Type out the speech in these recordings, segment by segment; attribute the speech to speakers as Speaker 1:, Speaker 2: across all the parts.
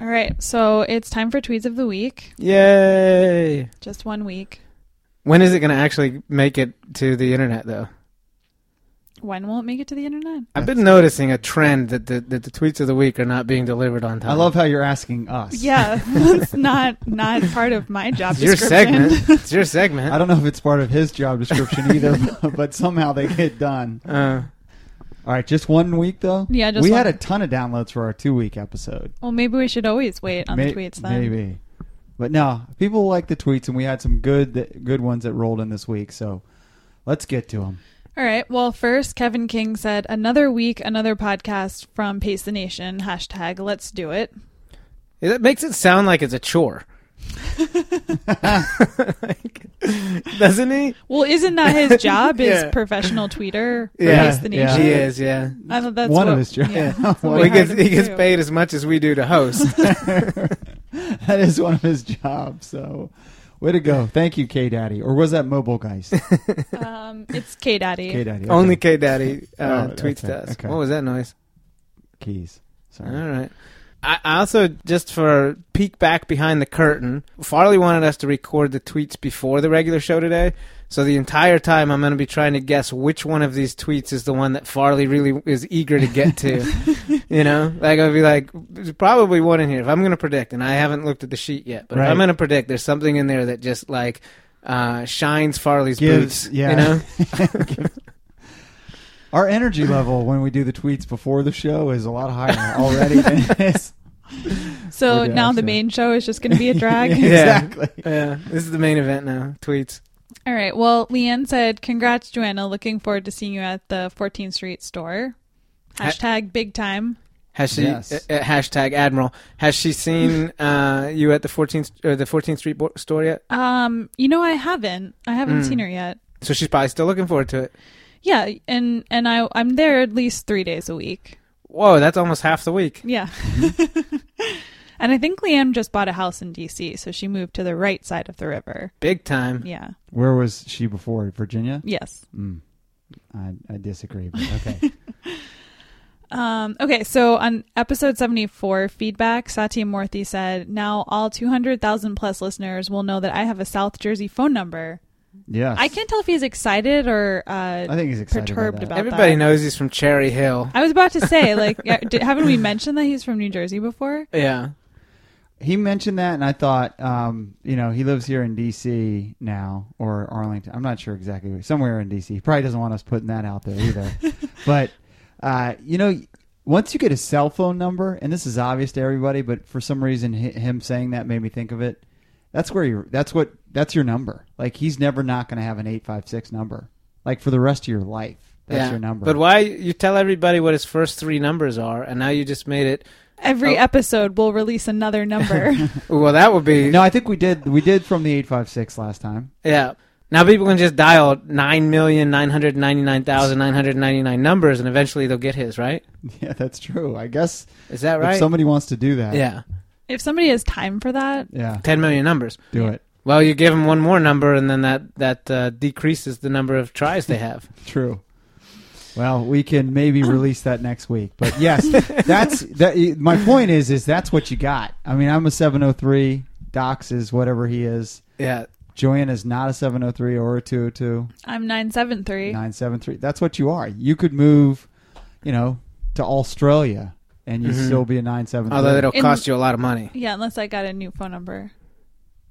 Speaker 1: All right, so it's time for tweets of the week.
Speaker 2: Yay!
Speaker 1: Just one week.
Speaker 2: When is it going to actually make it to the internet, though?
Speaker 1: When will it make it to the internet?
Speaker 2: I've been noticing a trend that the, that the tweets of the week are not being delivered on time.
Speaker 3: I love how you're asking us.
Speaker 1: Yeah, that's not not part of my job
Speaker 2: it's your
Speaker 1: description.
Speaker 2: segment. It's your segment.
Speaker 3: I don't know if it's part of his job description either, but somehow they get done.
Speaker 2: Uh,
Speaker 3: All right, just one week though.
Speaker 1: Yeah, just
Speaker 3: we
Speaker 1: one.
Speaker 3: had a ton of downloads for our two-week episode.
Speaker 1: well, maybe we should always wait on the
Speaker 3: May-
Speaker 1: tweets then.
Speaker 3: Maybe, but no, people like the tweets, and we had some good th- good ones that rolled in this week. So let's get to them.
Speaker 1: All right. Well, first, Kevin King said, "Another week, another podcast from Pace the Nation." Hashtag Let's do it.
Speaker 2: it makes it sound like it's a chore. Like, doesn't he?
Speaker 1: Well, isn't that his job?
Speaker 2: Yeah.
Speaker 1: Is professional tweeter for
Speaker 2: Yeah,
Speaker 1: Pace the
Speaker 3: yeah.
Speaker 1: Nation?
Speaker 2: He is, yeah.
Speaker 1: I thought that's
Speaker 3: One of
Speaker 1: what-
Speaker 3: his jobs.
Speaker 1: Yeah, that's what
Speaker 3: Well,
Speaker 1: we
Speaker 2: he gets,
Speaker 1: hired him
Speaker 2: he
Speaker 1: to
Speaker 2: gets
Speaker 1: do.
Speaker 2: paid as much as we do to host.
Speaker 3: that is one of his jobs. So way to go! Thank you, K Daddy, or was that Mobile Guys?
Speaker 1: Um, it's K Daddy.
Speaker 3: K Daddy
Speaker 2: Only K Daddy uh,
Speaker 3: Oh,
Speaker 2: tweets
Speaker 3: okay,
Speaker 2: to us.
Speaker 3: okay.
Speaker 2: What was that noise?
Speaker 3: keys. Sorry.
Speaker 2: All right. I I also just for a peek back behind the curtain, Farley wanted us to record the tweets before the regular show today. So the entire time I'm going to be trying to guess which one of these tweets is the one that Farley really is eager to get to. you know, like I'll be like, there's probably one in here. If I'm going to predict, and I haven't looked at the sheet yet, but if
Speaker 3: Right.
Speaker 2: I'm going to predict, there's something in there that just like uh, shines Farley's
Speaker 3: Gives-
Speaker 2: boots.
Speaker 3: yeah.
Speaker 2: You know,
Speaker 3: Our energy level when we do the tweets before the show is a lot higher already than it is.
Speaker 1: So
Speaker 3: Or did I
Speaker 1: now the
Speaker 3: say-
Speaker 1: main show is just going to be a drag.
Speaker 3: exactly.
Speaker 2: yeah. This is the main event now. Tweets.
Speaker 1: All right. Well, Leanne said, "Congrats, Joanna. Looking forward to seeing you at the 14th Street store." Hashtag big time.
Speaker 2: Has she
Speaker 3: Yes.
Speaker 2: uh, uh, hashtag Admiral? Has she seen uh, you at the 14th or the 14th Street bo- store yet?
Speaker 1: Um, you know, I haven't. I haven't
Speaker 2: Mm.
Speaker 1: seen her yet.
Speaker 2: So she's probably still looking forward to it.
Speaker 1: Yeah, and and I I'm there at least three days a week.
Speaker 2: Whoa, that's almost half the week.
Speaker 1: Yeah. and I think Leanne just bought a house in D.C., so she moved to the right side of the river.
Speaker 2: Big time.
Speaker 1: Yeah.
Speaker 3: Where was she before? Virginia?
Speaker 1: Yes.
Speaker 3: Mm. I, I disagree, but okay.
Speaker 1: Um, okay, so on episode 74, feedback, Satya Morthy said, Now all 200,000 plus listeners will know that I have a South Jersey phone number.
Speaker 3: yes.
Speaker 1: I can't tell if he's excited or. Uh,
Speaker 3: I think he's excited
Speaker 1: perturbed
Speaker 3: about, that.
Speaker 1: about-
Speaker 2: Everybody
Speaker 1: that.
Speaker 2: knows he's from Cherry Hill.
Speaker 1: I was about to say, like, yeah, did, haven't we mentioned that he's from New Jersey before?
Speaker 2: Yeah.
Speaker 3: He mentioned that, and I thought, um, you know, he lives here in D.C. now or Arlington. I'm not sure exactly. where- Somewhere in D.C. He probably doesn't want us putting that out there either. but uh, you know, once you get a cell phone number, and this is obvious to everybody, but for some reason, hi him saying that made me think of it. That's where you. That's what. That's your number. Like he's never not going to have an eight five six number. Like for the rest of your life, that's
Speaker 2: yeah.
Speaker 3: your number.
Speaker 2: But why you tell everybody what his first three numbers are, and now you just made it?
Speaker 1: Every
Speaker 2: Oh.
Speaker 1: episode will release another number.
Speaker 2: Well, that would be
Speaker 3: No, I think we did. We did from the eight five six last time.
Speaker 2: yeah. Now people can just dial nine million nine hundred ninety nine thousand nine hundred ninety nine numbers, and eventually they'll get his right.
Speaker 3: Yeah, that's true. I guess
Speaker 2: Is that
Speaker 3: if
Speaker 2: right?
Speaker 3: somebody wants to do that,
Speaker 2: yeah,
Speaker 1: if somebody has time for that,
Speaker 3: yeah,
Speaker 2: ten million numbers.
Speaker 3: do it.
Speaker 2: Well, you give them one more number, and then that that uh, decreases the number of tries they have.
Speaker 3: True. Well, we can maybe release that next week. But yes, that's that. My point is, is that's what you got. I mean, I'm a 703. Docs is whatever he is.
Speaker 2: yeah,
Speaker 3: Joanna's not a 703 or a 202.
Speaker 1: I'm 973.
Speaker 3: 973. That's what you are. You could move, you know, to Australia and you'd
Speaker 2: Mhm.
Speaker 3: still be a 973.
Speaker 2: although it'll
Speaker 1: In-
Speaker 2: cost you a lot of money.
Speaker 1: Yeah, unless I got a new phone number.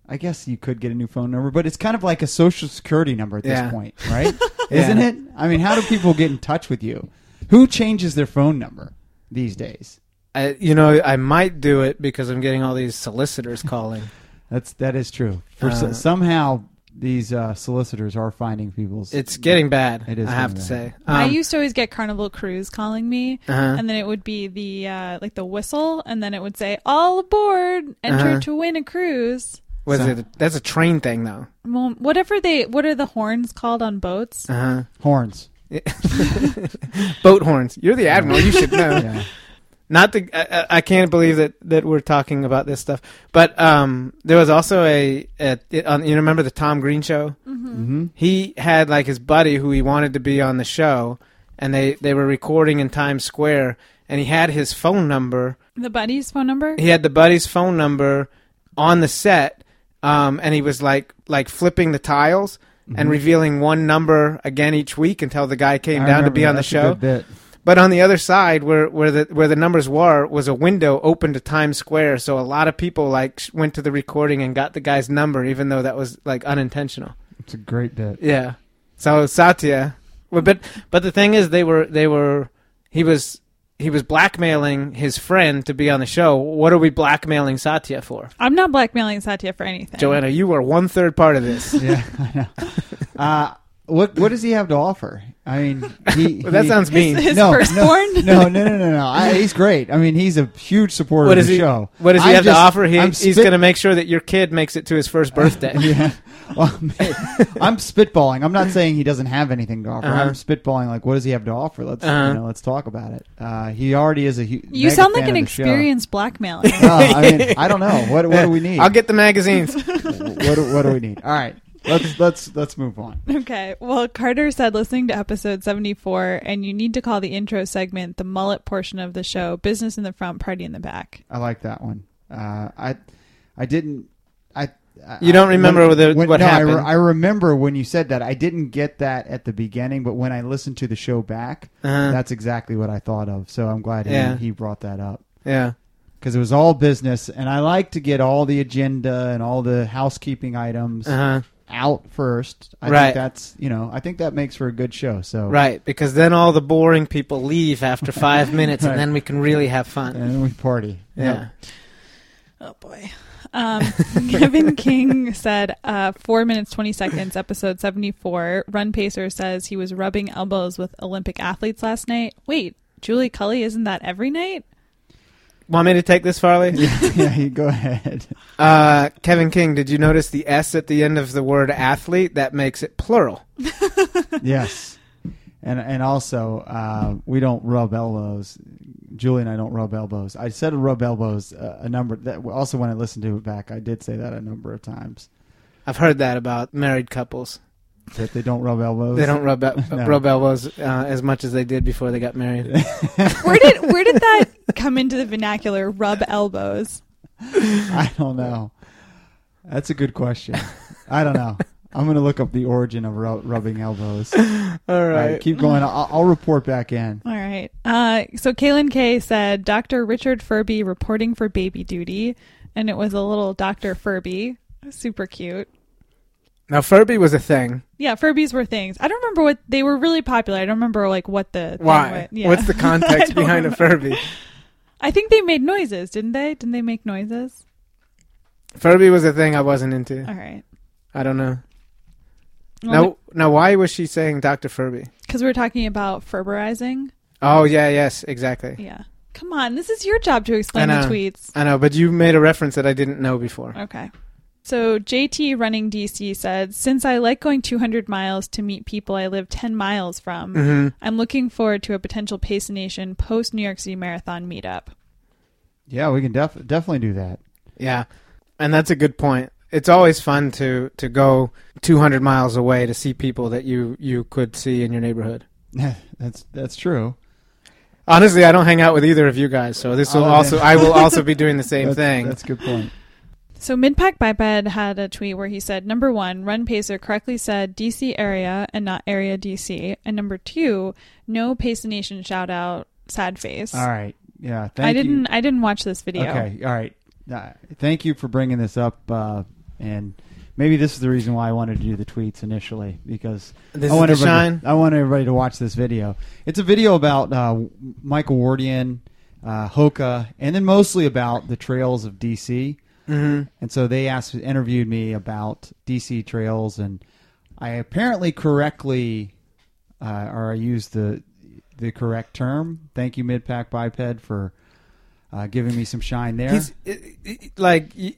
Speaker 3: I guess you could get a new phone number, but it's kind of like a social security number at
Speaker 2: Yeah.
Speaker 3: this point, right?
Speaker 2: Yeah.
Speaker 3: Isn't it? I mean, how do people get in touch with you? Who changes their phone number these days?
Speaker 2: I, you know, I might do it because I'm getting all these solicitors calling.
Speaker 3: That's that is true. For s-
Speaker 2: Uh,
Speaker 3: somehow these uh, solicitors are finding people's.
Speaker 2: It's getting bad.
Speaker 3: It is
Speaker 2: I have to
Speaker 3: getting
Speaker 2: say.
Speaker 3: bad.
Speaker 2: Um,
Speaker 1: I used to always get Carnival Cruise calling me,
Speaker 2: uh-huh.
Speaker 1: and then it would be the uh, like the whistle, and then it would say "All aboard! Enter
Speaker 2: Uh-huh.
Speaker 1: to win a cruise."
Speaker 2: Was
Speaker 3: So-
Speaker 2: it? That's a train thing, though.
Speaker 1: Well, whatever they, what are the horns called on boats?
Speaker 2: Uh-huh.
Speaker 3: horns.
Speaker 2: Boat horns. You're the admiral. You should know.
Speaker 3: Yeah.
Speaker 2: Not the. I, I- I can't believe that that we're talking about this stuff. But um, there was also a, a it, on, you remember the Tom Green show.
Speaker 3: hmm
Speaker 2: he had like his buddy who he wanted to be on the show and they they were recording in Times Square and he had his phone number
Speaker 1: The buddy's phone number?
Speaker 2: he had the buddy's phone number on the set, um, and he was like like flipping the tiles and revealing one number again each week until the guy came
Speaker 3: Mm-hmm.
Speaker 2: down
Speaker 3: I
Speaker 2: to
Speaker 3: remember
Speaker 2: be
Speaker 3: that.
Speaker 2: on the
Speaker 3: That's a
Speaker 2: show.
Speaker 3: good bit.
Speaker 2: But on the other side, where where the where the numbers were, was a window open to Times Square. So a lot of people like sh- went to the recording and got the guy's number, even though that was like unintentional.
Speaker 3: It's a great bit.
Speaker 2: Yeah. So Satya, well, but but the thing is, they were they were he was he was blackmailing his friend to be on the show. What are we blackmailing Satya for?
Speaker 1: I'm not blackmailing Satya for anything.
Speaker 2: Joanna, you are one third part of this.
Speaker 3: yeah, I know. Uh, what what does he have to offer? I mean, he,
Speaker 2: Well, that
Speaker 3: he-
Speaker 2: sounds
Speaker 1: His,
Speaker 2: mean.
Speaker 1: his
Speaker 3: No,
Speaker 1: firstborn?
Speaker 3: No, no, no, no, no. I, he's great. I mean, he's a huge supporter
Speaker 2: What
Speaker 3: of
Speaker 2: does
Speaker 3: the
Speaker 2: he?
Speaker 3: show.
Speaker 2: What does he
Speaker 3: I'm
Speaker 2: have
Speaker 3: just-
Speaker 2: to offer? He,
Speaker 3: I'm
Speaker 2: he's
Speaker 3: spit-
Speaker 2: going to make sure that your kid makes it to his first birthday.
Speaker 3: yeah. Well, I'm spitballing. I'm not saying he doesn't have anything to offer.
Speaker 2: Uh-huh.
Speaker 3: I'm spitballing. Like, what does he have to offer? Let's
Speaker 2: Uh-huh.
Speaker 3: you know, let's talk about it. Uh, he already is a huge.
Speaker 1: You sound like an experienced blackmailer.
Speaker 3: I mean, I don't know. What what do we need?
Speaker 2: I'll get the magazines.
Speaker 3: what do, what do we need? All right, let's let's let's move on.
Speaker 1: okay. Well, Carter said listening to episode 74, and you need to call the intro segment the mullet portion of the show business in the front, party in the back.
Speaker 3: I like that one. Uh, I I didn't. I I-
Speaker 2: You don't remember
Speaker 3: when-
Speaker 2: the-
Speaker 3: when-
Speaker 2: what
Speaker 3: no, I re-
Speaker 2: happened.
Speaker 3: I remember when you said that. I didn't get that at the beginning, but when I listened to the show back,
Speaker 2: Uh-huh.
Speaker 3: that's exactly what I thought of. So I'm glad he,
Speaker 2: Yeah.
Speaker 3: he brought that up
Speaker 2: yeah.
Speaker 3: because it was all business, and I like to get all the agenda and all the housekeeping items
Speaker 2: Uh-huh.
Speaker 3: out first. I
Speaker 2: Right.
Speaker 3: think that's you know I think that makes for a good show. So
Speaker 2: Right, because then all the boring people leave after five minutes,
Speaker 3: Right.
Speaker 2: and then we can really have fun.
Speaker 3: and we party.
Speaker 2: Yeah.
Speaker 1: Oh, boy. Um, Kevin King said, uh, 4 minutes 20 seconds, episode 74. Run Pacer says he was rubbing elbows with Olympic athletes last night. Wait, Julie Cully, isn't that every night?
Speaker 2: Want me to take this, Farley?
Speaker 3: yeah, yeah you go ahead.
Speaker 2: Uh, Kevin King, did you notice the S at the end of the word athlete? That makes it plural.
Speaker 3: yes. And and also, uh, we don't rub elbows. Julie and I don't rub elbows. I said rub elbows uh, a number. That also, when I listened to it back, I did say that a number of times
Speaker 2: I've heard that about married couples.
Speaker 3: that they don't rub elbows.
Speaker 2: They don't rub, el-
Speaker 3: No.
Speaker 2: rub elbows uh, as much as they did before they got married.
Speaker 1: Where did where did that come into the vernacular? Rub elbows.
Speaker 3: I don't know. That's a good question. I don't know. I'm gonna look up the origin of rub- rubbing elbows. All
Speaker 2: All
Speaker 3: right,
Speaker 2: right.
Speaker 3: keep going. I'll, I'll report back in.
Speaker 1: All right. Uh, so Kaylin Kay said Dr. Richard Furby reporting for baby duty, and it was a little Dr. Furby, super cute.
Speaker 2: Now, Furby was a thing.
Speaker 1: Yeah, Furbies were things. I don't remember what they were really popular. I don't remember like what the thing
Speaker 2: Why?
Speaker 1: was. Yeah.
Speaker 2: What's the
Speaker 1: I
Speaker 2: context
Speaker 1: don't
Speaker 2: behind a Furby?
Speaker 1: I think they made noises, didn't they? Didn't they make noises?
Speaker 2: Furby was a thing I wasn't into.
Speaker 1: All right.
Speaker 2: I don't know.
Speaker 1: Well,
Speaker 2: Now, now, why was she saying Dr. Furby?
Speaker 1: because we were talking about Furberizing.
Speaker 2: Oh, yeah, yes, exactly.
Speaker 1: Yeah. Come on, this is your job to explain the
Speaker 2: I know.
Speaker 1: tweets.
Speaker 2: I know, but you made a reference that I didn't know before.
Speaker 1: Okay. So JT running DC said, since I like going 200 miles to meet people I live 10 miles from,
Speaker 3: Mm-hmm.
Speaker 2: hmm
Speaker 1: I'm looking forward to a potential Pace Nation post New York City Marathon meetup.
Speaker 3: Yeah, we can def- definitely do that.
Speaker 2: Yeah, and that's a good point. It's always fun to to go 200 miles away to see people that you you could see in your neighborhood.
Speaker 3: that's that's true.
Speaker 2: Honestly, I don't hang out with either of you guys, so this will
Speaker 3: Oh,
Speaker 2: also
Speaker 3: man.
Speaker 2: I will also be doing the same
Speaker 3: That's-
Speaker 2: thing.
Speaker 3: That's a good point.
Speaker 1: So Midpack Biped had a tweet where he said, number one, Run Pacer correctly said DC area and not area DC. And number two, no Pace Nation shout out, sad face.
Speaker 3: All right. Yeah. Thank
Speaker 1: I
Speaker 3: you.
Speaker 1: didn't I didn't watch this video.
Speaker 3: Okay. All right. Uh, thank you for bringing this up. Uh, and maybe this is the reason why I wanted to do the tweets initially because
Speaker 2: this
Speaker 3: I want
Speaker 2: is the
Speaker 3: everybody.
Speaker 2: shine.
Speaker 3: I want everybody to watch this video. It's a video about uh, Michael Wardian, uh, Hoka, and then mostly about the trails of DC.
Speaker 2: Mhm.
Speaker 3: And so they asked, interviewed me about DC trails, and I apparently correctly, uh, or I used the the correct term. Thank you, Midpack Biped, for uh, giving me some shine there.
Speaker 2: He's it, it, like y-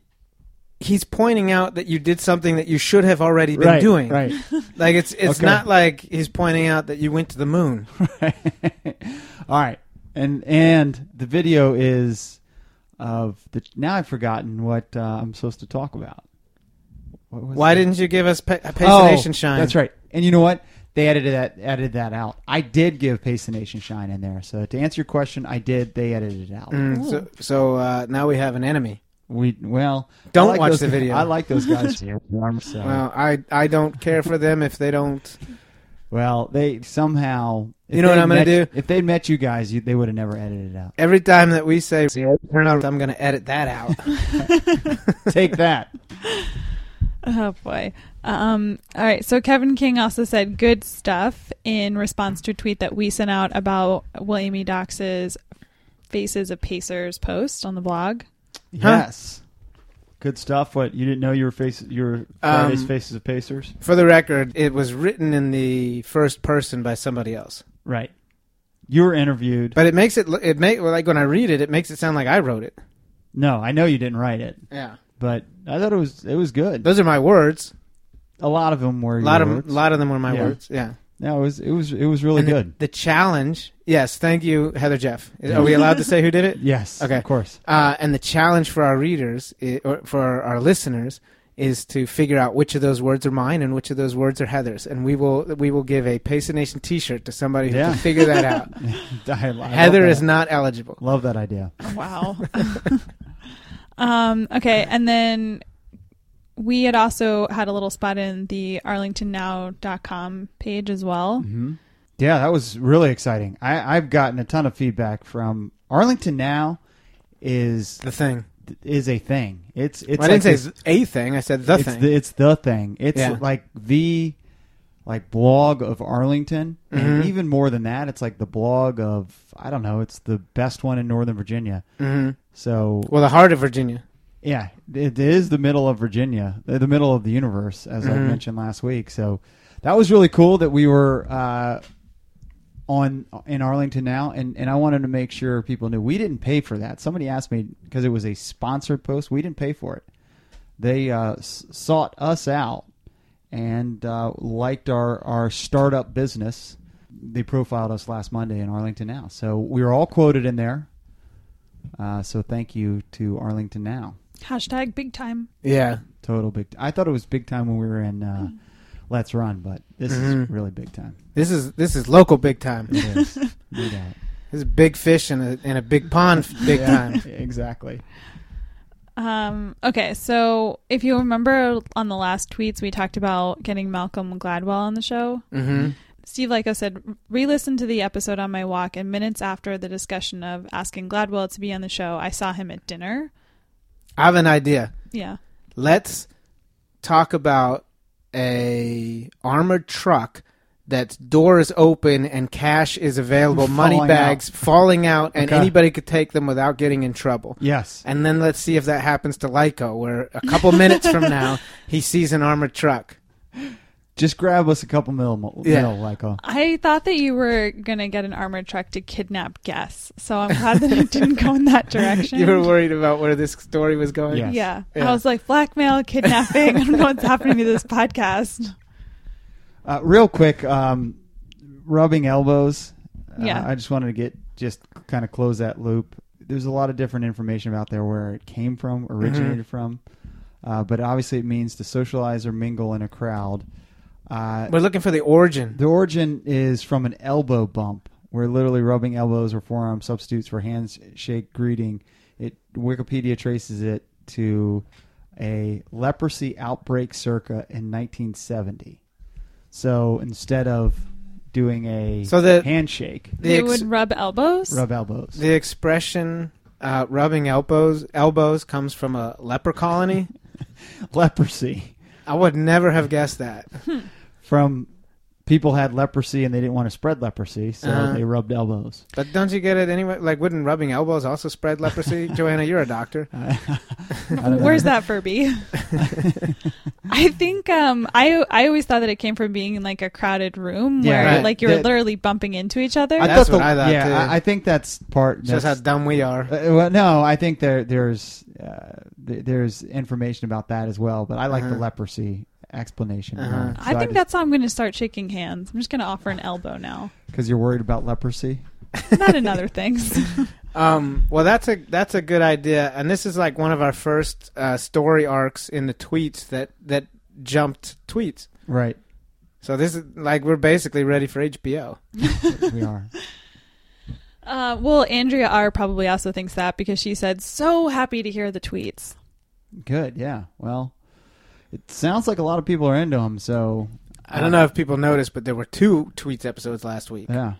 Speaker 2: he's pointing out that you did something that you should have already been
Speaker 3: right,
Speaker 2: doing.
Speaker 3: right.
Speaker 2: Like it's it's
Speaker 3: Okay.
Speaker 2: not like he's pointing out that you went to the moon.
Speaker 3: All right, and and the video is of the. Now I've forgotten what uh, I'm supposed to talk about. What was
Speaker 2: Why
Speaker 3: it?
Speaker 2: didn't you give us pa- a pace nation
Speaker 3: Oh,
Speaker 2: shine?
Speaker 3: That's right. And you know what? they edited that edited that out. I did give Pace the Nation shine in there. So to answer your question, I did. They edited it out.
Speaker 2: Mm, so so uh, now we have an enemy.
Speaker 3: We well
Speaker 2: Don't
Speaker 3: I like
Speaker 2: watch
Speaker 3: those
Speaker 2: the
Speaker 3: guys-
Speaker 2: video.
Speaker 3: I like those guys. too, so.
Speaker 2: Well, I I don't care for them if they don't.
Speaker 3: Well, they somehow. if
Speaker 2: You know what
Speaker 3: they'd
Speaker 2: I'm gonna
Speaker 3: met-
Speaker 2: do?
Speaker 3: If they'd met you guys, you, they would have never edited it out.
Speaker 2: Every time that we say turn on, I'm going to edit that out.
Speaker 3: Take that.
Speaker 1: Oh boy. Um, all right. So Kevin King also said good stuff in response to a tweet that we sent out about William E. Dox's Faces of Pacers post on the blog.
Speaker 3: Yes. Good stuff. What you didn't know your face your Friday's
Speaker 2: Um,
Speaker 3: faces of Pacers.
Speaker 2: for the record, it was written in the first person by somebody else.
Speaker 3: Right. You were interviewed.
Speaker 2: But it makes it it make well, like when I read it, it makes it sound like I wrote it.
Speaker 3: no, I know you didn't write it,
Speaker 2: Yeah,
Speaker 3: but I thought it was it was good.
Speaker 2: those are my words.
Speaker 3: A lot of them were.
Speaker 2: A lot
Speaker 3: your
Speaker 2: of
Speaker 3: words.
Speaker 2: a lot of them were my
Speaker 3: Yeah.
Speaker 2: words. Yeah,
Speaker 3: No, it was it was it was really
Speaker 2: And the-
Speaker 3: good.
Speaker 2: The, challenge, yes. Thank you, Heather Jeff. Is-
Speaker 3: Yeah.
Speaker 2: Are we allowed to say who did it?
Speaker 3: yes.
Speaker 2: Okay.
Speaker 3: Of course.
Speaker 2: Uh, and the challenge for our readers i or for our listeners is to figure out which of those words are mine and which of those words are Heather's, and we will we will give a Pace the Nation T-shirt to somebody who
Speaker 3: Yeah.
Speaker 2: can figure that out.
Speaker 3: I love
Speaker 2: Heather
Speaker 3: that.
Speaker 2: is not eligible.
Speaker 3: Love that idea.
Speaker 1: Oh, Wow. um, okay. And then we had also had a little spot in the arlingtonnow.com page as well.
Speaker 3: hmm Yeah, that was really exciting. I, I've gotten a ton of feedback from Arlington. Now is
Speaker 2: The thing.
Speaker 3: is a thing. It's it's.
Speaker 2: I didn't
Speaker 3: like
Speaker 2: say a thing. I said the
Speaker 3: it's
Speaker 2: thing.
Speaker 3: The, it's the thing. It's
Speaker 2: Yeah.
Speaker 3: like the like blog of Arlington, and
Speaker 2: Mhm.
Speaker 3: even more than that, it's like the blog of I don't know. It's the best one in Northern Virginia.
Speaker 2: hmm
Speaker 3: So
Speaker 2: Well, the heart of Virginia.
Speaker 3: yeah, it is the middle of Virginia, uh, the the middle of the universe, as I
Speaker 2: Mhm.
Speaker 3: mentioned last week. So that was really cool that we were uh, on in Arlington now, and and I wanted to make sure people knew we didn't pay for that. Somebody asked me because it was a sponsored post. We didn't pay for it. They uh, s- sought us out and uh, liked our our startup business. They profiled us last Monday in Arlington now, so we were all quoted in there. Uh, so thank you to Arlington now.
Speaker 1: Hashtag big time.
Speaker 2: Yeah.
Speaker 3: Total big. I thought it was big time when we were in uh, Let's Run, but this is
Speaker 2: Mhm.
Speaker 3: really big time.
Speaker 2: This is this is local big time.
Speaker 3: It is. no doubt.
Speaker 2: This is big fish in a in a big pond big
Speaker 3: Yeah,
Speaker 2: time.
Speaker 3: Exactly.
Speaker 1: Um, okay, so if you remember on the last tweets, we talked about getting Malcolm Gladwell on the show.
Speaker 2: hmm
Speaker 1: Steve Lyko said, re listened to the episode on my walk, and minutes after the discussion of asking Gladwell to be on the show, I saw him at dinner.
Speaker 2: I have an idea.
Speaker 1: Yeah.
Speaker 2: Let's talk about a armored truck that's doors open and cash is available, money
Speaker 3: Falling
Speaker 2: bags falling out, and
Speaker 3: Okay.
Speaker 2: anybody could take them without getting in trouble.
Speaker 3: Yes.
Speaker 2: And then let's see if that happens to Lyco, where a couple minutes from now he sees an armored truck.
Speaker 3: Just grab us a couple mil, mil
Speaker 2: Yeah.
Speaker 3: like uh,
Speaker 1: I thought that you were going to get an armored truck to kidnap guests, so I'm glad that it didn't go in that direction.
Speaker 2: You were worried about where this story was going.
Speaker 3: Yes.
Speaker 1: yeah.
Speaker 2: Yeah.
Speaker 1: I was like, blackmail, kidnapping. I don't know what's happening to this podcast.
Speaker 3: uh, real quick. Um, rubbing elbows. Uh,
Speaker 1: Yeah.
Speaker 3: I just wanted to get just kind of close that loop. There's a lot of different information out there where it came from, originated from, uh, but obviously it means to socialize or mingle in a crowd. Uh,
Speaker 2: We're looking for the origin.
Speaker 3: The origin is from an elbow bump, where literally rubbing elbows or forearms substitutes for handshake greeting. It Wikipedia traces it to a leprosy outbreak circa in 1970. So instead of doing a
Speaker 2: So the-
Speaker 3: handshake,
Speaker 2: The
Speaker 1: they
Speaker 2: ex-
Speaker 1: would rub elbows.
Speaker 3: rub elbows.
Speaker 2: The expression uh, "rubbing elbows" elbows comes from a leper colony.
Speaker 3: leprosy
Speaker 2: I would never have guessed that.
Speaker 3: from people had leprosy and they didn't want to spread leprosy, so
Speaker 2: Uh-huh.
Speaker 3: they rubbed elbows.
Speaker 2: But don't you get it anyway? Like, wouldn't rubbing elbows also spread leprosy? Joanna, you're a doctor.
Speaker 1: Where's that Furby? I think um, I I always thought that it came from being in like a crowded room where
Speaker 3: Yeah.
Speaker 2: Right.
Speaker 1: like you were
Speaker 3: That-
Speaker 1: literally bumping into each other.
Speaker 2: I That's what I thought,
Speaker 3: yeah,
Speaker 2: too.
Speaker 3: I, I think that's part.
Speaker 2: Just how
Speaker 3: that's-
Speaker 2: dumb we are.
Speaker 3: Uh, well, no, I think there there's uh, th- there's information about that as well, but I like the
Speaker 2: Uh-huh.
Speaker 3: leprosy explanation.
Speaker 2: Uh-huh.
Speaker 1: I think that's how I'm going to start shaking hands. I'm just going to offer an elbow now,
Speaker 3: because you're worried about leprosy.
Speaker 1: not in other things.
Speaker 2: Um, well, that's a that's a good idea, and this is like one of our first uh, story arcs in the tweets that that jumped tweets.
Speaker 3: Right.
Speaker 2: So this is like we're basically ready for HBO.
Speaker 3: we are.
Speaker 1: Uh, well, Andrea R probably also thinks that because she said, "So happy to hear the tweets."
Speaker 3: Good. Yeah. Well, it sounds like a lot of people are into them. So
Speaker 2: I don't know if people noticed, but there were two tweets episodes last week.
Speaker 3: yeah,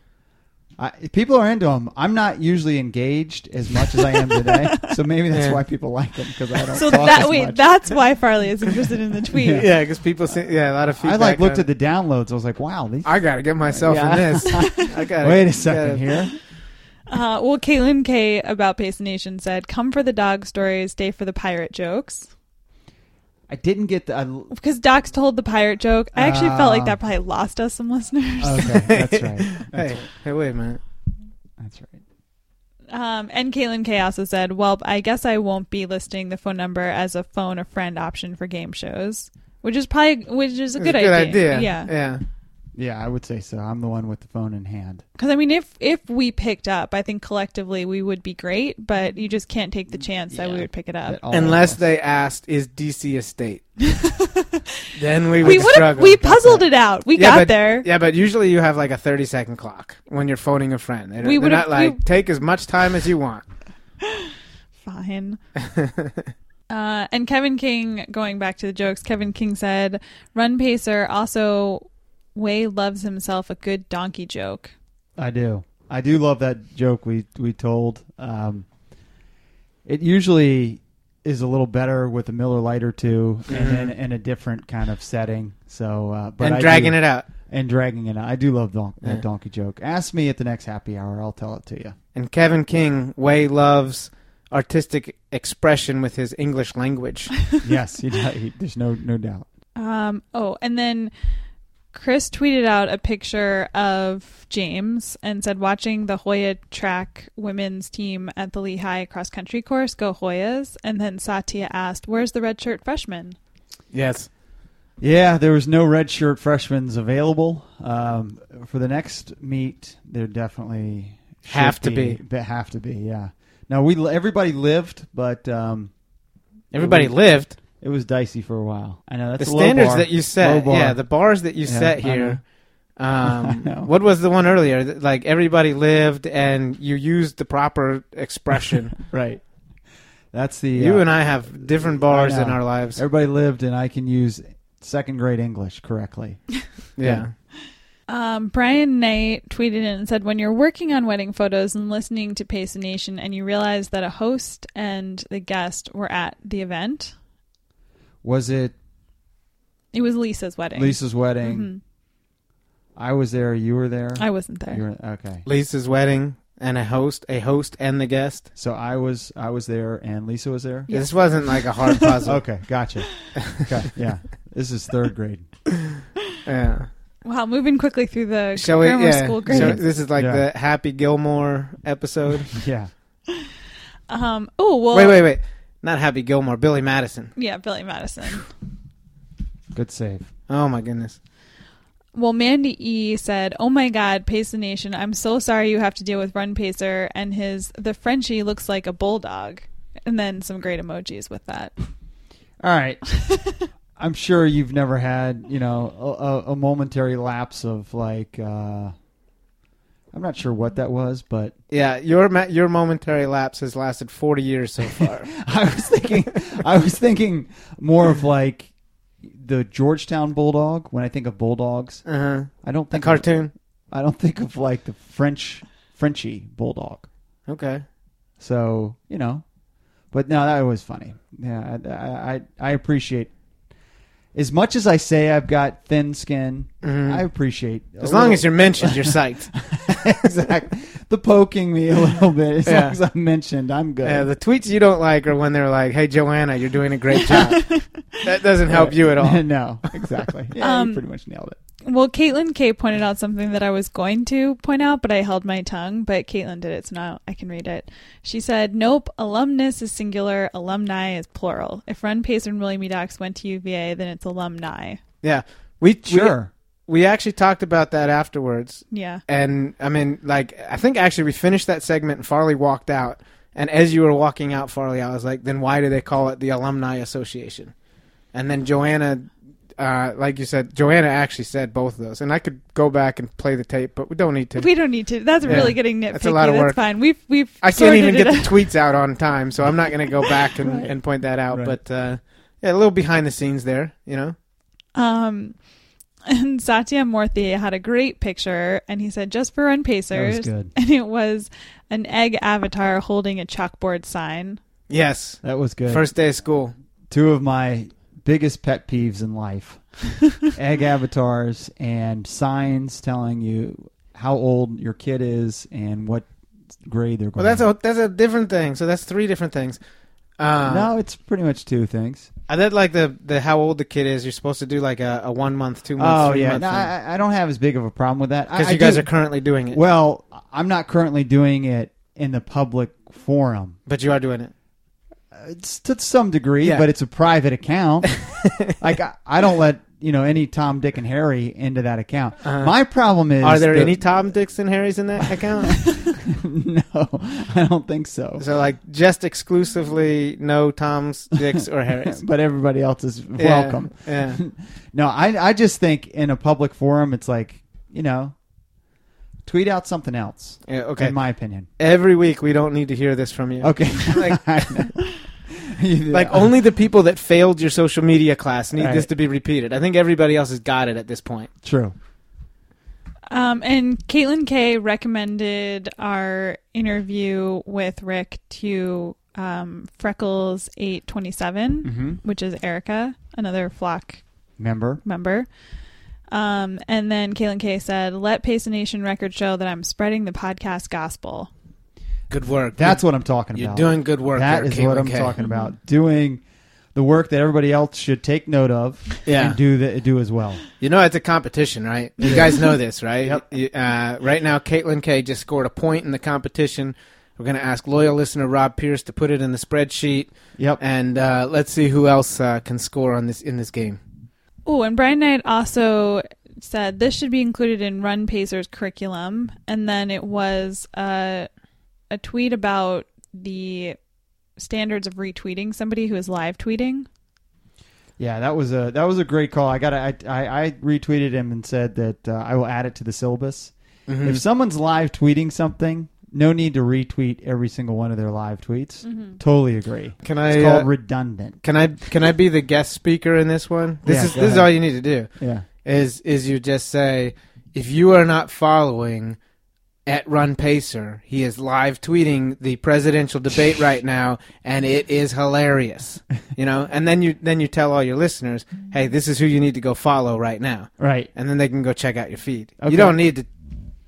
Speaker 3: I, people are into them. I'm not usually engaged as much as I am today, so maybe that's
Speaker 2: Yeah.
Speaker 3: why people like them because I don't.
Speaker 1: So
Speaker 3: talk
Speaker 1: that
Speaker 3: as
Speaker 1: wait,
Speaker 3: much.
Speaker 1: that's why Farley is interested in the tweet.
Speaker 2: Yeah, because people, see, yeah, a lot of
Speaker 3: I
Speaker 2: feedback.
Speaker 3: like looked
Speaker 2: on-
Speaker 3: at the downloads. I was like, wow, these.
Speaker 2: I gotta get myself
Speaker 3: Yeah.
Speaker 2: in this. I gotta,
Speaker 3: Wait a
Speaker 2: gotta-
Speaker 3: second here.
Speaker 1: Uh, well, Caitlin K about Pace Nation said, "Come for the dog stories, stay for the pirate jokes."
Speaker 3: I didn't get the. I,
Speaker 1: Because Doc's told the pirate joke. I actually
Speaker 3: Ah. Oh,
Speaker 1: felt like that probably lost us some listeners.
Speaker 3: okay, that's right. That's,
Speaker 2: Hey, hey, wait a minute.
Speaker 3: that's right.
Speaker 1: Um, and Caitlin K also said, "Well, I guess I won't be listing the phone number as a phone a friend option for game shows, which is probably which is a
Speaker 2: It's
Speaker 1: good, idea. Yeah,
Speaker 2: yeah.
Speaker 3: Yeah, I would say so. I'm the one with the phone in hand.
Speaker 1: Because I mean, if if we picked up, I think collectively we would be great. But you just can't take the chance that we
Speaker 3: Yeah.
Speaker 1: would pick it up.
Speaker 3: That all
Speaker 2: Unless
Speaker 3: of us-
Speaker 2: they asked, "Is DC a state?" then we would
Speaker 1: we would have
Speaker 2: struggle.
Speaker 1: we puzzled it out. We
Speaker 2: Yeah,
Speaker 1: got
Speaker 2: but-
Speaker 1: there.
Speaker 2: Yeah, but usually you have like a thirty-second clock when you're phoning a friend. They're,
Speaker 1: We
Speaker 2: they're
Speaker 1: would've-
Speaker 2: not like
Speaker 1: we-
Speaker 2: take as much time as you want.
Speaker 1: Fine. uh, and Kevin King, going back to the jokes, Kevin King said, "Run pacer." Also, Way loves himself a good donkey joke.
Speaker 3: I do. I do love that joke we we told. Um, it usually is a little better with a Miller Lite or two, and then in a different kind of setting. So, uh, but
Speaker 2: and dragging it out.
Speaker 3: and dragging it. out. I do love don-
Speaker 2: Yeah.
Speaker 3: that donkey joke. Ask me at the next happy hour. I'll tell it to you.
Speaker 2: And Kevin King way loves artistic expression with his English language.
Speaker 3: yes, he, he, there's no no doubt.
Speaker 1: Um, oh, and then Chris tweeted out a picture of James and said, watching the Hoya track women's team at the Lehigh cross country course, go Hoyas. And then Satya asked, where's the red shirt freshman?
Speaker 2: yes.
Speaker 3: Yeah, there was no red shirt freshmen available um, for the next meet. There definitely should
Speaker 2: Have to be.
Speaker 3: but have to be. Yeah. Now we everybody lived, but um,
Speaker 2: Everybody
Speaker 3: It was-
Speaker 2: lived.
Speaker 3: it was dicey for a while. I know that's
Speaker 2: the
Speaker 3: a low
Speaker 2: standards
Speaker 3: bar.
Speaker 2: that you
Speaker 3: Low
Speaker 2: set,
Speaker 3: bar.
Speaker 2: yeah, the bars that you
Speaker 3: Yeah,
Speaker 2: set
Speaker 3: I
Speaker 2: here.
Speaker 3: I know.
Speaker 2: Um, what was the one earlier? that, Like everybody lived, and you used the proper expression.
Speaker 3: right. That's the
Speaker 2: You
Speaker 3: uh,
Speaker 2: and I have different bars
Speaker 3: I know.
Speaker 2: in our lives.
Speaker 3: everybody lived, and I can use second grade English correctly.
Speaker 2: yeah.
Speaker 1: Um, Brian Knight tweeted in and said, when you're working on wedding photos and listening to Pace the Nation and you realize that a host and the guest were at the event,
Speaker 3: Was it
Speaker 1: it was Lisa's wedding.
Speaker 3: Lisa's wedding?
Speaker 1: Mhm.
Speaker 3: I was there. You were there.
Speaker 1: I wasn't there.
Speaker 3: You were, okay.
Speaker 2: Lisa's wedding and a host, a host and the guest.
Speaker 3: So I was I was there, and Lisa was there.
Speaker 1: Yeah.
Speaker 2: This wasn't like a hard puzzle.
Speaker 3: Okay, gotcha. Okay, yeah. This is third grade.
Speaker 2: Yeah.
Speaker 1: Wow, moving quickly through the
Speaker 2: Shall we?
Speaker 1: grammar
Speaker 2: Yeah.
Speaker 1: school
Speaker 2: So
Speaker 1: grades.
Speaker 2: this is like
Speaker 3: Yeah.
Speaker 2: the Happy Gilmore episode.
Speaker 3: Yeah.
Speaker 1: Um, oh well.
Speaker 2: wait, wait, wait. Not Happy Gilmore. Billy Madison.
Speaker 1: Yeah, Billy Madison.
Speaker 3: Good save.
Speaker 2: Oh my goodness.
Speaker 1: Well, Mandy E said, "Oh my God, Pace the Nation! I'm so sorry you have to deal with Run Pacer and his the Frenchie looks like a bulldog." And then some great emojis with that.
Speaker 3: All right. I'm sure you've never had, you know, a, a- a momentary lapse of like uh I'm not sure what that was, but
Speaker 2: Yeah, your ma- your momentary lapse has lasted forty years so far.
Speaker 3: I was thinking I was thinking more of like the Georgetown Bulldog when I think of bulldogs.
Speaker 2: uh huh.
Speaker 3: I don't
Speaker 2: The
Speaker 3: think
Speaker 2: cartoon.
Speaker 3: I don't think of like the French Frenchy Bulldog.
Speaker 2: Okay.
Speaker 3: So you know, but no, that was funny. Yeah, I I, I, I appreciate. As much as I say I've got thin skin,
Speaker 2: Mhm.
Speaker 3: I appreciate.
Speaker 2: As long as you're mentioned, you're psyched.
Speaker 3: exactly the poking me a little bit. As
Speaker 2: Yeah.
Speaker 3: long as I'm mentioned, I'm good.
Speaker 2: yeah, the tweets you don't like are when they're like, "Hey, Joanna, you're doing a great job." that doesn't help you at all.
Speaker 3: no, exactly. Yeah,
Speaker 1: Um,
Speaker 3: you pretty much nailed it.
Speaker 1: Well, Caitlin K pointed out something that I was going to point out, but I held my tongue. But Caitlin did it, so now I can read it. She said, "Nope, alumnus is singular, alumni is plural. If Run Pacer and William E. Dox went to UVA, then it's alumni."
Speaker 2: Yeah, we we-
Speaker 3: Sure.
Speaker 2: we, actually talked about that afterwards,
Speaker 1: Yeah.
Speaker 2: and I mean, like, I think actually we finished that segment, and Farley walked out, and as you were walking out, Farley, I was like, "Then why do they call it the Alumni Association?" And then Joanna uh, like you said, Joanna actually said both of those, and I could go back and play the tape, but we don't need to.
Speaker 1: We don't need to. That's
Speaker 2: Yeah.
Speaker 1: really getting nitpicky.
Speaker 2: That's a lot of work.
Speaker 1: fine. We've we've.
Speaker 2: I can't
Speaker 1: sorted
Speaker 2: even
Speaker 1: it
Speaker 2: get the
Speaker 1: out.
Speaker 2: tweets out on time, so I'm not going to go back and,
Speaker 1: Right.
Speaker 2: and point that out.
Speaker 3: Right.
Speaker 2: But uh, yeah, a little behind the scenes there, you know.
Speaker 1: Um, and Satya Morthy had a great picture, and he said, "Just for run
Speaker 3: That was
Speaker 1: pacers,"
Speaker 3: good.
Speaker 1: and it was an egg avatar holding a chalkboard sign.
Speaker 2: Yes,
Speaker 3: That was good.
Speaker 2: first day of school.
Speaker 3: two of my biggest pet peeves in life egg avatars and signs telling you how old your kid is and what grade they're
Speaker 2: Well,
Speaker 3: going
Speaker 2: that's a that's a different thing. So that's three different things. Uh,
Speaker 3: no it's pretty much two things
Speaker 2: I did like the the how old the kid is. You're supposed to do like a, a one month, two month,
Speaker 3: oh
Speaker 2: three
Speaker 3: yeah
Speaker 2: month
Speaker 3: no, I, I don't have as big of a problem with that I-
Speaker 2: because
Speaker 3: I
Speaker 2: you guys
Speaker 3: do-
Speaker 2: are currently doing it,
Speaker 3: well i'm not currently doing it in the public forum
Speaker 2: but you are doing it.
Speaker 3: it's to some degree,
Speaker 2: Yeah.
Speaker 3: but it's a private account. like I, I don't let you know any Tom, Dick, and Harry into that account.
Speaker 2: Uh-huh.
Speaker 3: My problem is
Speaker 2: Are there
Speaker 3: the-
Speaker 2: any Tom, Dicks, and Harrys in that account?
Speaker 3: no, I don't think so.
Speaker 2: so like just exclusively no Toms, Dicks, or Harrys.
Speaker 3: But everybody else is
Speaker 2: Yeah,
Speaker 3: welcome.
Speaker 2: Yeah.
Speaker 3: No, I I just think in a public forum, it's like you know, tweet out something else.
Speaker 2: yeah. Okay.
Speaker 3: In my opinion,
Speaker 2: Every week we don't need to hear this from you.
Speaker 3: okay.
Speaker 2: Like-
Speaker 3: You-
Speaker 2: Like only the people that failed your social media class need
Speaker 3: Right.
Speaker 2: this to be repeated. I think everybody else has got it at this point.
Speaker 3: true.
Speaker 1: Um, and Caitlin Kay recommended our interview with Rick to um, Freckles eight twenty seven,
Speaker 3: Mm-hmm.
Speaker 1: which is Erica, another flock
Speaker 3: Remember,
Speaker 1: member. Um, and then Caitlin Kay said, "Let Pace Nation record show that I'm spreading the podcast gospel."
Speaker 2: Good work.
Speaker 3: that's what I'm talking
Speaker 2: you're
Speaker 3: about.
Speaker 2: doing good work.
Speaker 3: That is what I'm talking about. Doing the work that everybody else should take note of
Speaker 2: Yeah.
Speaker 3: and do the, do as well.
Speaker 2: You know it's a competition, right? You guys know this, right?
Speaker 3: Yep.
Speaker 2: You- uh, right now, Caitlin Kay just scored a point in the competition. We're going to ask loyal listener Rob Pierce to put it in the spreadsheet,
Speaker 3: Yep.
Speaker 2: and uh, let's see who else uh, can score on this in this game.
Speaker 1: Oh, and Brian Knight also said this should be included in Run Pacers curriculum. And then it was uh, a tweet about the standards of retweeting somebody who is live tweeting.
Speaker 3: Yeah, that was a that was a great call. I got I, I I retweeted him and said that uh, I will add it to the syllabus.
Speaker 2: Mhm.
Speaker 3: If someone's live tweeting something, no need to retweet every single one of their live tweets. Totally agree.
Speaker 2: Can
Speaker 3: It's
Speaker 2: I?
Speaker 3: called
Speaker 2: Uh,
Speaker 3: redundant.
Speaker 2: can I? Can I be the guest speaker in this one? This
Speaker 3: Yeah,
Speaker 2: is
Speaker 3: go
Speaker 2: this is
Speaker 3: ahead.
Speaker 2: all you need to do.
Speaker 3: Yeah.
Speaker 2: Is is you just say if you are not following at Run Pacer, he is live tweeting the presidential debate right now, and it is hilarious. You know, and then you then you tell all your listeners, hey, this is who you need to go follow right now,
Speaker 3: Right.
Speaker 2: and then they can go check out your feed.
Speaker 3: Okay.
Speaker 2: You don't need to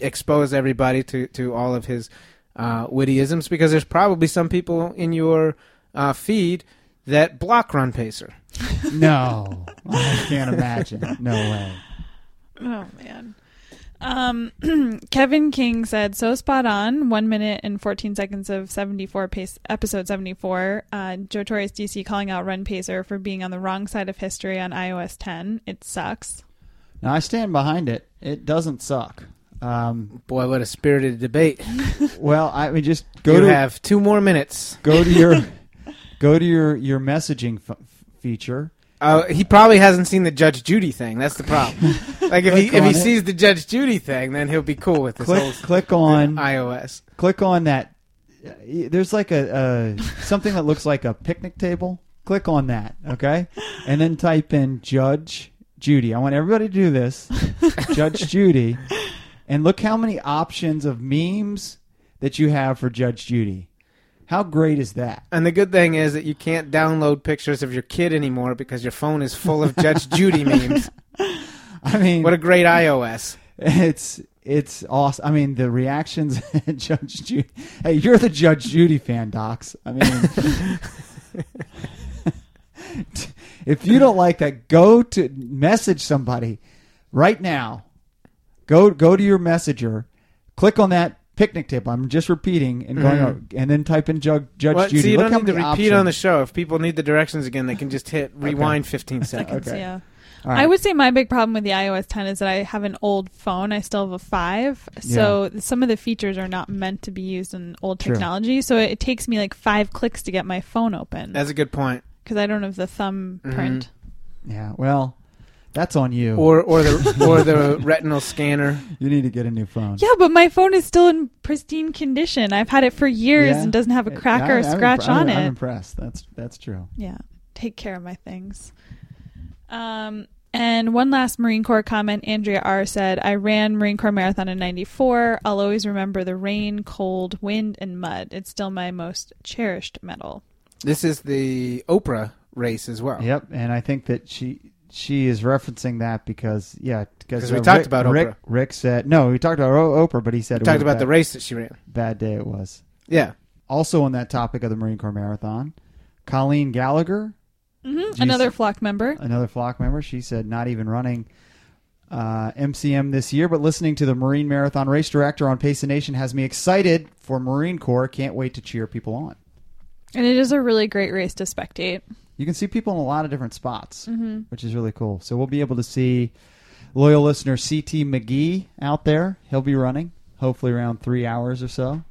Speaker 2: expose everybody to to all of his uh, wittyisms because there's probably some people in your uh, feed that block Run Pacer.
Speaker 3: No. I can't imagine. No way.
Speaker 1: Oh, man. Um, Kevin King said, so spot on. One minute and 14 seconds of 74 pace, episode 74. Uh, Joe Torres DC calling out Run Pacer for being on the wrong side of history on iOS 10. It sucks.
Speaker 3: Now I stand behind it. It doesn't suck. Um,
Speaker 2: Boy, what a spirited debate!
Speaker 3: well, I mean, just go
Speaker 2: you
Speaker 3: to
Speaker 2: have two more minutes.
Speaker 3: go to your go to your your messaging f- feature.
Speaker 2: Uh, he probably hasn't seen the Judge Judy thing. That's the problem. like if he
Speaker 3: Click
Speaker 2: if
Speaker 3: on
Speaker 2: he
Speaker 3: it.
Speaker 2: sees the Judge Judy thing, then he'll be cool with this
Speaker 3: Click
Speaker 2: whole
Speaker 3: click on
Speaker 2: iOS.
Speaker 3: click on that. There's like a, a something that looks like a picnic table. Click on that, okay, and then type in Judge Judy. I want everybody to do this, Judge Judy, and look how many options of memes that you have for Judge Judy. How great is that?
Speaker 2: And the good thing is that you can't download pictures of your kid anymore because your phone is full of Judge Judy memes.
Speaker 3: I mean,
Speaker 2: What a great iOS!
Speaker 3: It's it's awesome. I mean, the reactions at Judge Judy. Hey, you're the Judge Judy fan, Docs. I mean, if you don't like that, go to message somebody right now. Go go to your messenger, click on that picnic table. I'm just repeating and going,
Speaker 2: Mhm.
Speaker 3: over, and then type in Judge Judge
Speaker 2: Well,
Speaker 3: Judy.
Speaker 2: so you
Speaker 3: Look
Speaker 2: don't
Speaker 3: how
Speaker 2: need to repeat
Speaker 3: many
Speaker 2: on the
Speaker 3: options.
Speaker 2: show. If people need the directions again, they can just hit rewind 15 seconds.
Speaker 1: Seconds,
Speaker 3: Okay.
Speaker 1: yeah.
Speaker 3: All right.
Speaker 1: I would say my big problem with the iOS 10 is that I have an old phone. I still have a 5. So some of the features are not meant to be used in old
Speaker 3: True.
Speaker 1: technology. So it, it takes me like five clicks to get my phone open
Speaker 2: That's a good point.
Speaker 1: because I don't have the thumbprint.
Speaker 3: Yeah. Well, That's on you.
Speaker 2: or or the or the retinal scanner.
Speaker 3: you need to get a new phone.
Speaker 1: Yeah, but my phone is still in pristine condition. I've had it for years
Speaker 3: Yeah.
Speaker 1: and doesn't have a crack or a
Speaker 3: I'm- I'm
Speaker 1: scratch
Speaker 3: impre-
Speaker 1: on
Speaker 3: I'm- I'm
Speaker 1: it.
Speaker 3: impressed. That's that's true.
Speaker 1: yeah take care of my things um and one last marine corps comment andrea r said i ran marine corps marathon in 94 i'll always remember the rain cold wind and mud it's still my most cherished medal
Speaker 2: This is the Oprah race as well.
Speaker 3: Yep, and I think that she she is referencing that because yeah,
Speaker 2: 'Cause
Speaker 3: because
Speaker 2: we
Speaker 3: uh,
Speaker 2: talked
Speaker 3: Rick-
Speaker 2: about
Speaker 3: Rick,
Speaker 2: Oprah.
Speaker 3: Rick said no, we talked about O- Oprah, but he said
Speaker 2: We
Speaker 3: it
Speaker 2: talked
Speaker 3: was a
Speaker 2: about the
Speaker 3: bad,
Speaker 2: race that she ran.
Speaker 3: bad day it was.
Speaker 2: Yeah.
Speaker 3: Also on that topic of the Marine Corps Marathon, Colleen Gallagher,
Speaker 1: Mhm,
Speaker 3: Jeez.
Speaker 1: another flock member
Speaker 3: another flock member, she said not even running uh, MCM this year, but listening to the Marine Marathon race director on Pace the Nation has me excited for Marine Corps. Can't wait to cheer people on.
Speaker 1: and it is a really great race to spectate
Speaker 3: You can see people in a lot of different spots,
Speaker 1: Mm-hmm.
Speaker 3: which is really cool. So we'll be able to see loyal listener CT McGee out there. He'll be running hopefully around three hours or so.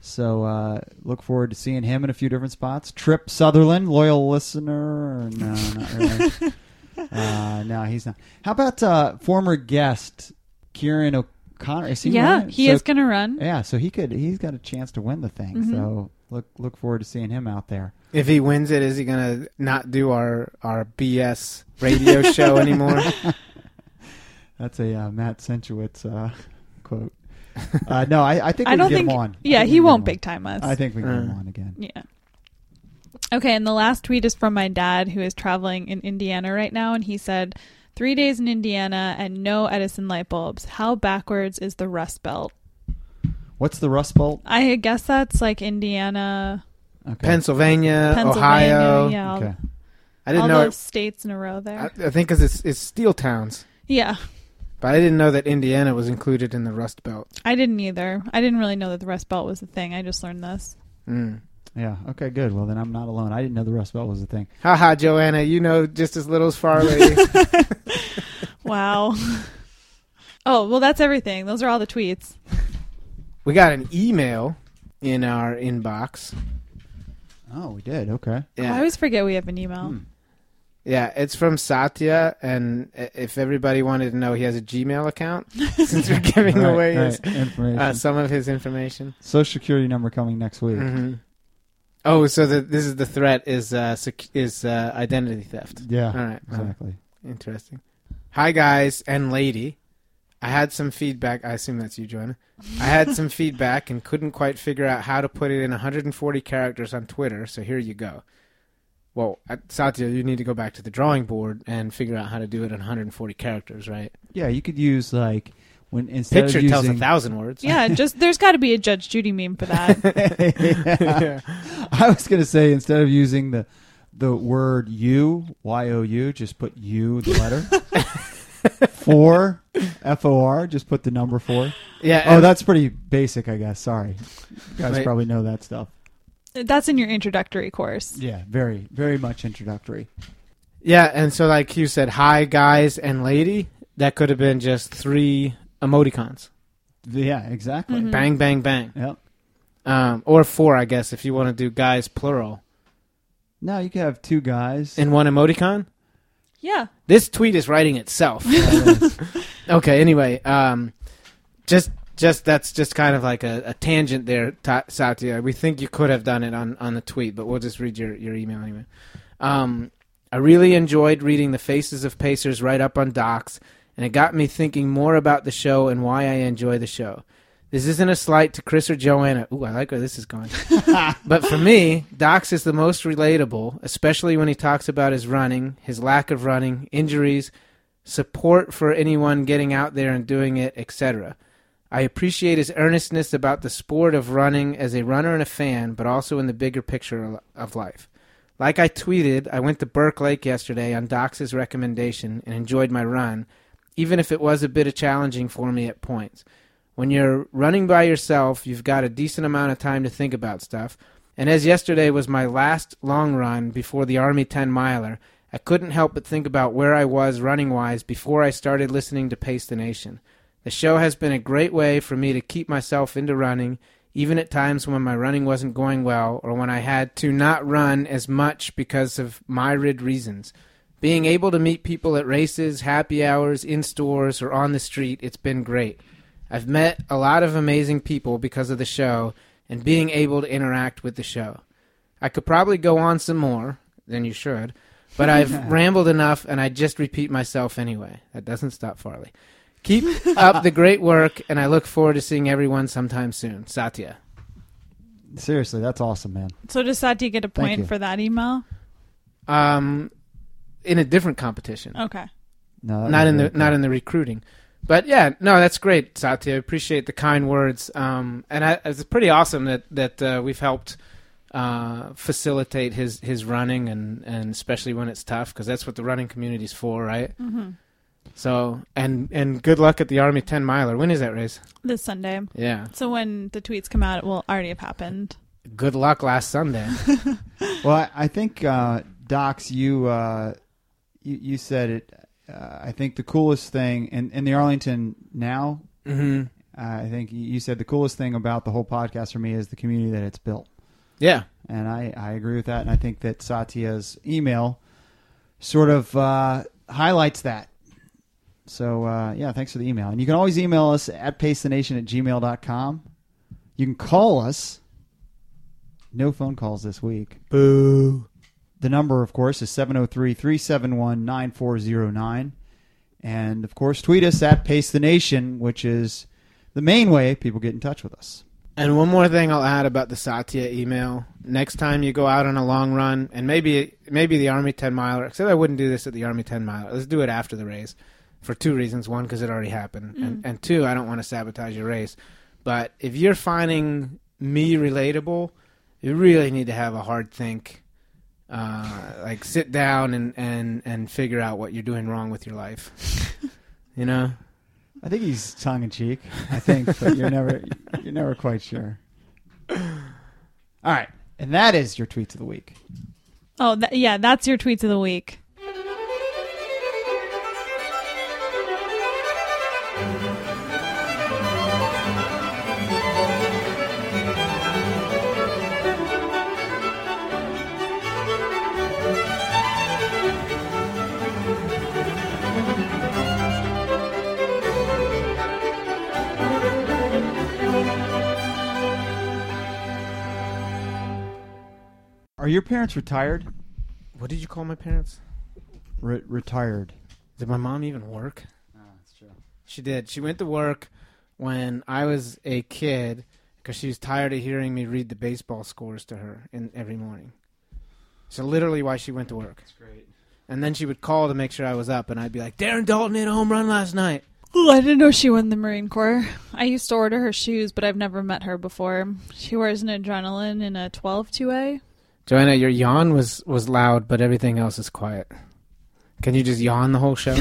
Speaker 3: So uh, look forward to seeing him in a few different spots. Trip Sutherland, loyal listener. or No, not really. uh, no, he's not. How about uh, former guest Kieran O'Connor? Is he
Speaker 1: yeah
Speaker 3: running?
Speaker 1: he
Speaker 3: So-
Speaker 1: is Mm-hmm. gonna run
Speaker 3: Yeah, so he could. He's got a chance to win the thing. So look look forward to seeing him out there.
Speaker 2: If he wins it, is he gonna not do our our BS radio show anymore?
Speaker 3: That's a uh, Matt Sensuitz uh, quote. Uh, no, I, I think
Speaker 1: i
Speaker 3: we can
Speaker 1: don't
Speaker 3: get
Speaker 1: think
Speaker 3: him on. I
Speaker 1: yeah
Speaker 3: think we
Speaker 1: he
Speaker 3: can get
Speaker 1: won't
Speaker 3: him
Speaker 1: big time us
Speaker 3: on. I think we can get him
Speaker 2: Uh.
Speaker 3: on again.
Speaker 1: Yeah. Okay, and the last tweet is from my dad, who is traveling in Indiana right now, and he said, Three days in Indiana and no Edison light bulbs. How backwards is the Rust Belt?
Speaker 3: What's the Rust Bowl?
Speaker 1: I guess that's like Indiana,
Speaker 3: Okay.
Speaker 2: Pennsylvania,
Speaker 1: Pennsylvania,
Speaker 2: Uh, Ohio.
Speaker 1: yeah, all,
Speaker 3: Okay.
Speaker 2: I didn't
Speaker 1: all
Speaker 2: know.
Speaker 1: those
Speaker 2: It,
Speaker 1: states in a row there.
Speaker 2: I, I think because it's it's steel towns,
Speaker 1: yeah,
Speaker 2: but I didn't know that Indiana was included in the Rust Belt.
Speaker 1: I didn't either. I didn't really know that the Rust Belt was a thing. I just learned this.
Speaker 2: Mm.
Speaker 3: Yeah. Okay. Good. Well, then I'm not alone. I didn't know the Rust Belt was a thing.
Speaker 2: Ha ha, Joanna, you know just as little as Farley.
Speaker 1: Wow. oh, well, that's everything. Those are all the tweets.
Speaker 2: we got an email in our inbox.
Speaker 3: Oh, we did. Okay.
Speaker 1: I always forget we have an email.
Speaker 3: Hmm.
Speaker 2: Yeah, it's from Satya, and i- if everybody wanted to know, he has a Gmail account since we're giving
Speaker 3: Right,
Speaker 2: away
Speaker 3: right.
Speaker 2: his,
Speaker 3: information.
Speaker 2: uh, some of his information.
Speaker 3: Social security number coming next week.
Speaker 2: hmm Oh, so the, this is the threat is uh, sec- is uh, identity theft.
Speaker 3: Yeah.
Speaker 2: All right, all right.
Speaker 3: Exactly.
Speaker 2: interesting. Hi guys and lady, I had some feedback. I assume that's you, Joanna. I had some feedback and couldn't quite figure out how to put it in 140 characters on Twitter. So here you go. Well, uh, Satya, you need to go back to the drawing board and figure out how to do it in 140 characters, right?
Speaker 3: Yeah. You could use like when instead
Speaker 2: Picture
Speaker 3: of using
Speaker 2: tells a thousand words.
Speaker 1: Yeah, just there's got to be a Judge Judy meme for that.
Speaker 2: Yeah.
Speaker 3: I was gonna say instead of using the the word you y o u, just put you the letter. four f o r, just put the number four.
Speaker 2: yeah
Speaker 3: Oh,
Speaker 2: and-
Speaker 3: that's pretty basic, I guess. Sorry, you guys
Speaker 2: Right.
Speaker 3: probably know that stuff.
Speaker 1: That's in your introductory course.
Speaker 3: Yeah, very very much introductory.
Speaker 2: Yeah, and so like you said, hi guys and lady. That could have been just three emoticons.
Speaker 3: Yeah, exactly.
Speaker 1: Mhm.
Speaker 2: Bang, bang, bang.
Speaker 3: Yep.
Speaker 2: Um, or four, I guess, if you want to do guys plural.
Speaker 3: Now you could have two guys.
Speaker 2: In one emoticon?
Speaker 1: Yeah.
Speaker 2: This tweet is writing itself. okay, anyway, um, just just that's just kind of like a, a tangent there, Ta- Satya. We think you could have done it on, on the tweet, but we'll just read your, your email anyway. Um, I really enjoyed reading the faces of Pacers right up on docs, and it got me thinking more about the show and why I enjoy the show. This isn't a slight to Chris or Joanna. Ooh, I like where this is going. but for me, Docs is the most relatable, especially when he talks about his running, his lack of running, injuries, support for anyone getting out there and doing it, etc. I appreciate his earnestness about the sport of running as a runner and a fan, but also in the bigger picture of life. Like I tweeted, I went to Burke Lake yesterday on Docs' recommendation and enjoyed my run, even if it was a bit of challenging for me at points. When you're running by yourself, you've got a decent amount of time to think about stuff. And as yesterday was my last long run before the Army 10 miler, I couldn't help but think about where I was running wise before I started listening to Pace the Nation. The show has been a great way for me to keep myself into running, even at times when my running wasn't going well or when I had to not run as much because of myriad reasons. Being able to meet people at races, happy hours, in stores, or on the street, it's been great. I've met a lot of amazing people because of the show and being able to interact with the show. I could probably go on some more than you should, but I've rambled enough and I just repeat myself anyway. That doesn't stop Farley. Keep up the great work, and I look forward to seeing everyone sometime soon. Satya.
Speaker 3: Seriously, that's awesome, man.
Speaker 1: So does Satya get a
Speaker 3: you.
Speaker 1: point for that email?
Speaker 2: Um, in a different competition,
Speaker 1: Okay.
Speaker 3: No, that
Speaker 2: not
Speaker 3: was
Speaker 2: in the
Speaker 3: really cool.
Speaker 2: not in the recruiting, but yeah, no, that's great, Satya. I appreciate the kind words. Um, and I, it's pretty awesome that that uh, we've helped uh, facilitate his his running, and and especially when it's tough, because that's what the running community's for, right?
Speaker 1: Mm-hmm.
Speaker 2: So and and good luck at the Army Ten Miler. When is that race?
Speaker 1: This Sunday.
Speaker 2: Yeah,
Speaker 1: So when the tweets come out, it will already have happened.
Speaker 2: good luck last Sunday.
Speaker 3: Well, I, I think uh, Docs, you, uh, you you said it. Uh, I think the coolest thing in, in the Arlington now.
Speaker 2: mm-hmm.
Speaker 3: Uh, I think you said the coolest thing about the whole podcast for me is the community that it's built.
Speaker 2: Yeah,
Speaker 3: And I, I agree with that. And I think that Satya's email sort of uh, highlights that. So, uh, yeah, thanks for the email. And you can always email us at pastenation at gmail.com. You can call us. No phone calls this week.
Speaker 2: boo.
Speaker 3: The number, of course, is 703 371 9409. And, of course, tweet us at Pace the Nation, which is the main way people get in touch with us.
Speaker 2: And one more thing I'll add about the Satya email. Next time you go out on a long run, and maybe maybe the Army 10 miler, except I wouldn't do this at the Army 10 miler. Let's do it after the race for two reasons. One, because it already happened. And, and two, I don't want to sabotage your race. But if you're finding me relatable, you really need to have a hard think. Uh, like sit down and, and, and figure out what you're doing wrong with your life. you know?
Speaker 3: I think he's tongue in cheek. I think, but you're never you're never quite sure. All right, and that is your tweets of the week.
Speaker 1: Oh, tha yeah, that's your tweets of the week.
Speaker 3: Are your parents retired?
Speaker 2: What did you call my parents?
Speaker 3: Re- retired.
Speaker 2: Did my mom even work?
Speaker 3: Oh, that's true.
Speaker 2: She did. She went to work when I was a kid because she was tired of hearing me read the baseball scores to her in every morning. So literally, why she went to work.
Speaker 3: That's great.
Speaker 2: And then she would call to make sure I was up, and I'd be like, "Darren Dalton hit a home run last night."
Speaker 1: Oh, I didn't know she won the Marine Corps. I used to order her shoes, but I've never met her before. She wears an adrenaline and a 12 2A.
Speaker 2: Joanna, your yawn was was loud, but everything else is quiet. Can you just yawn the whole show?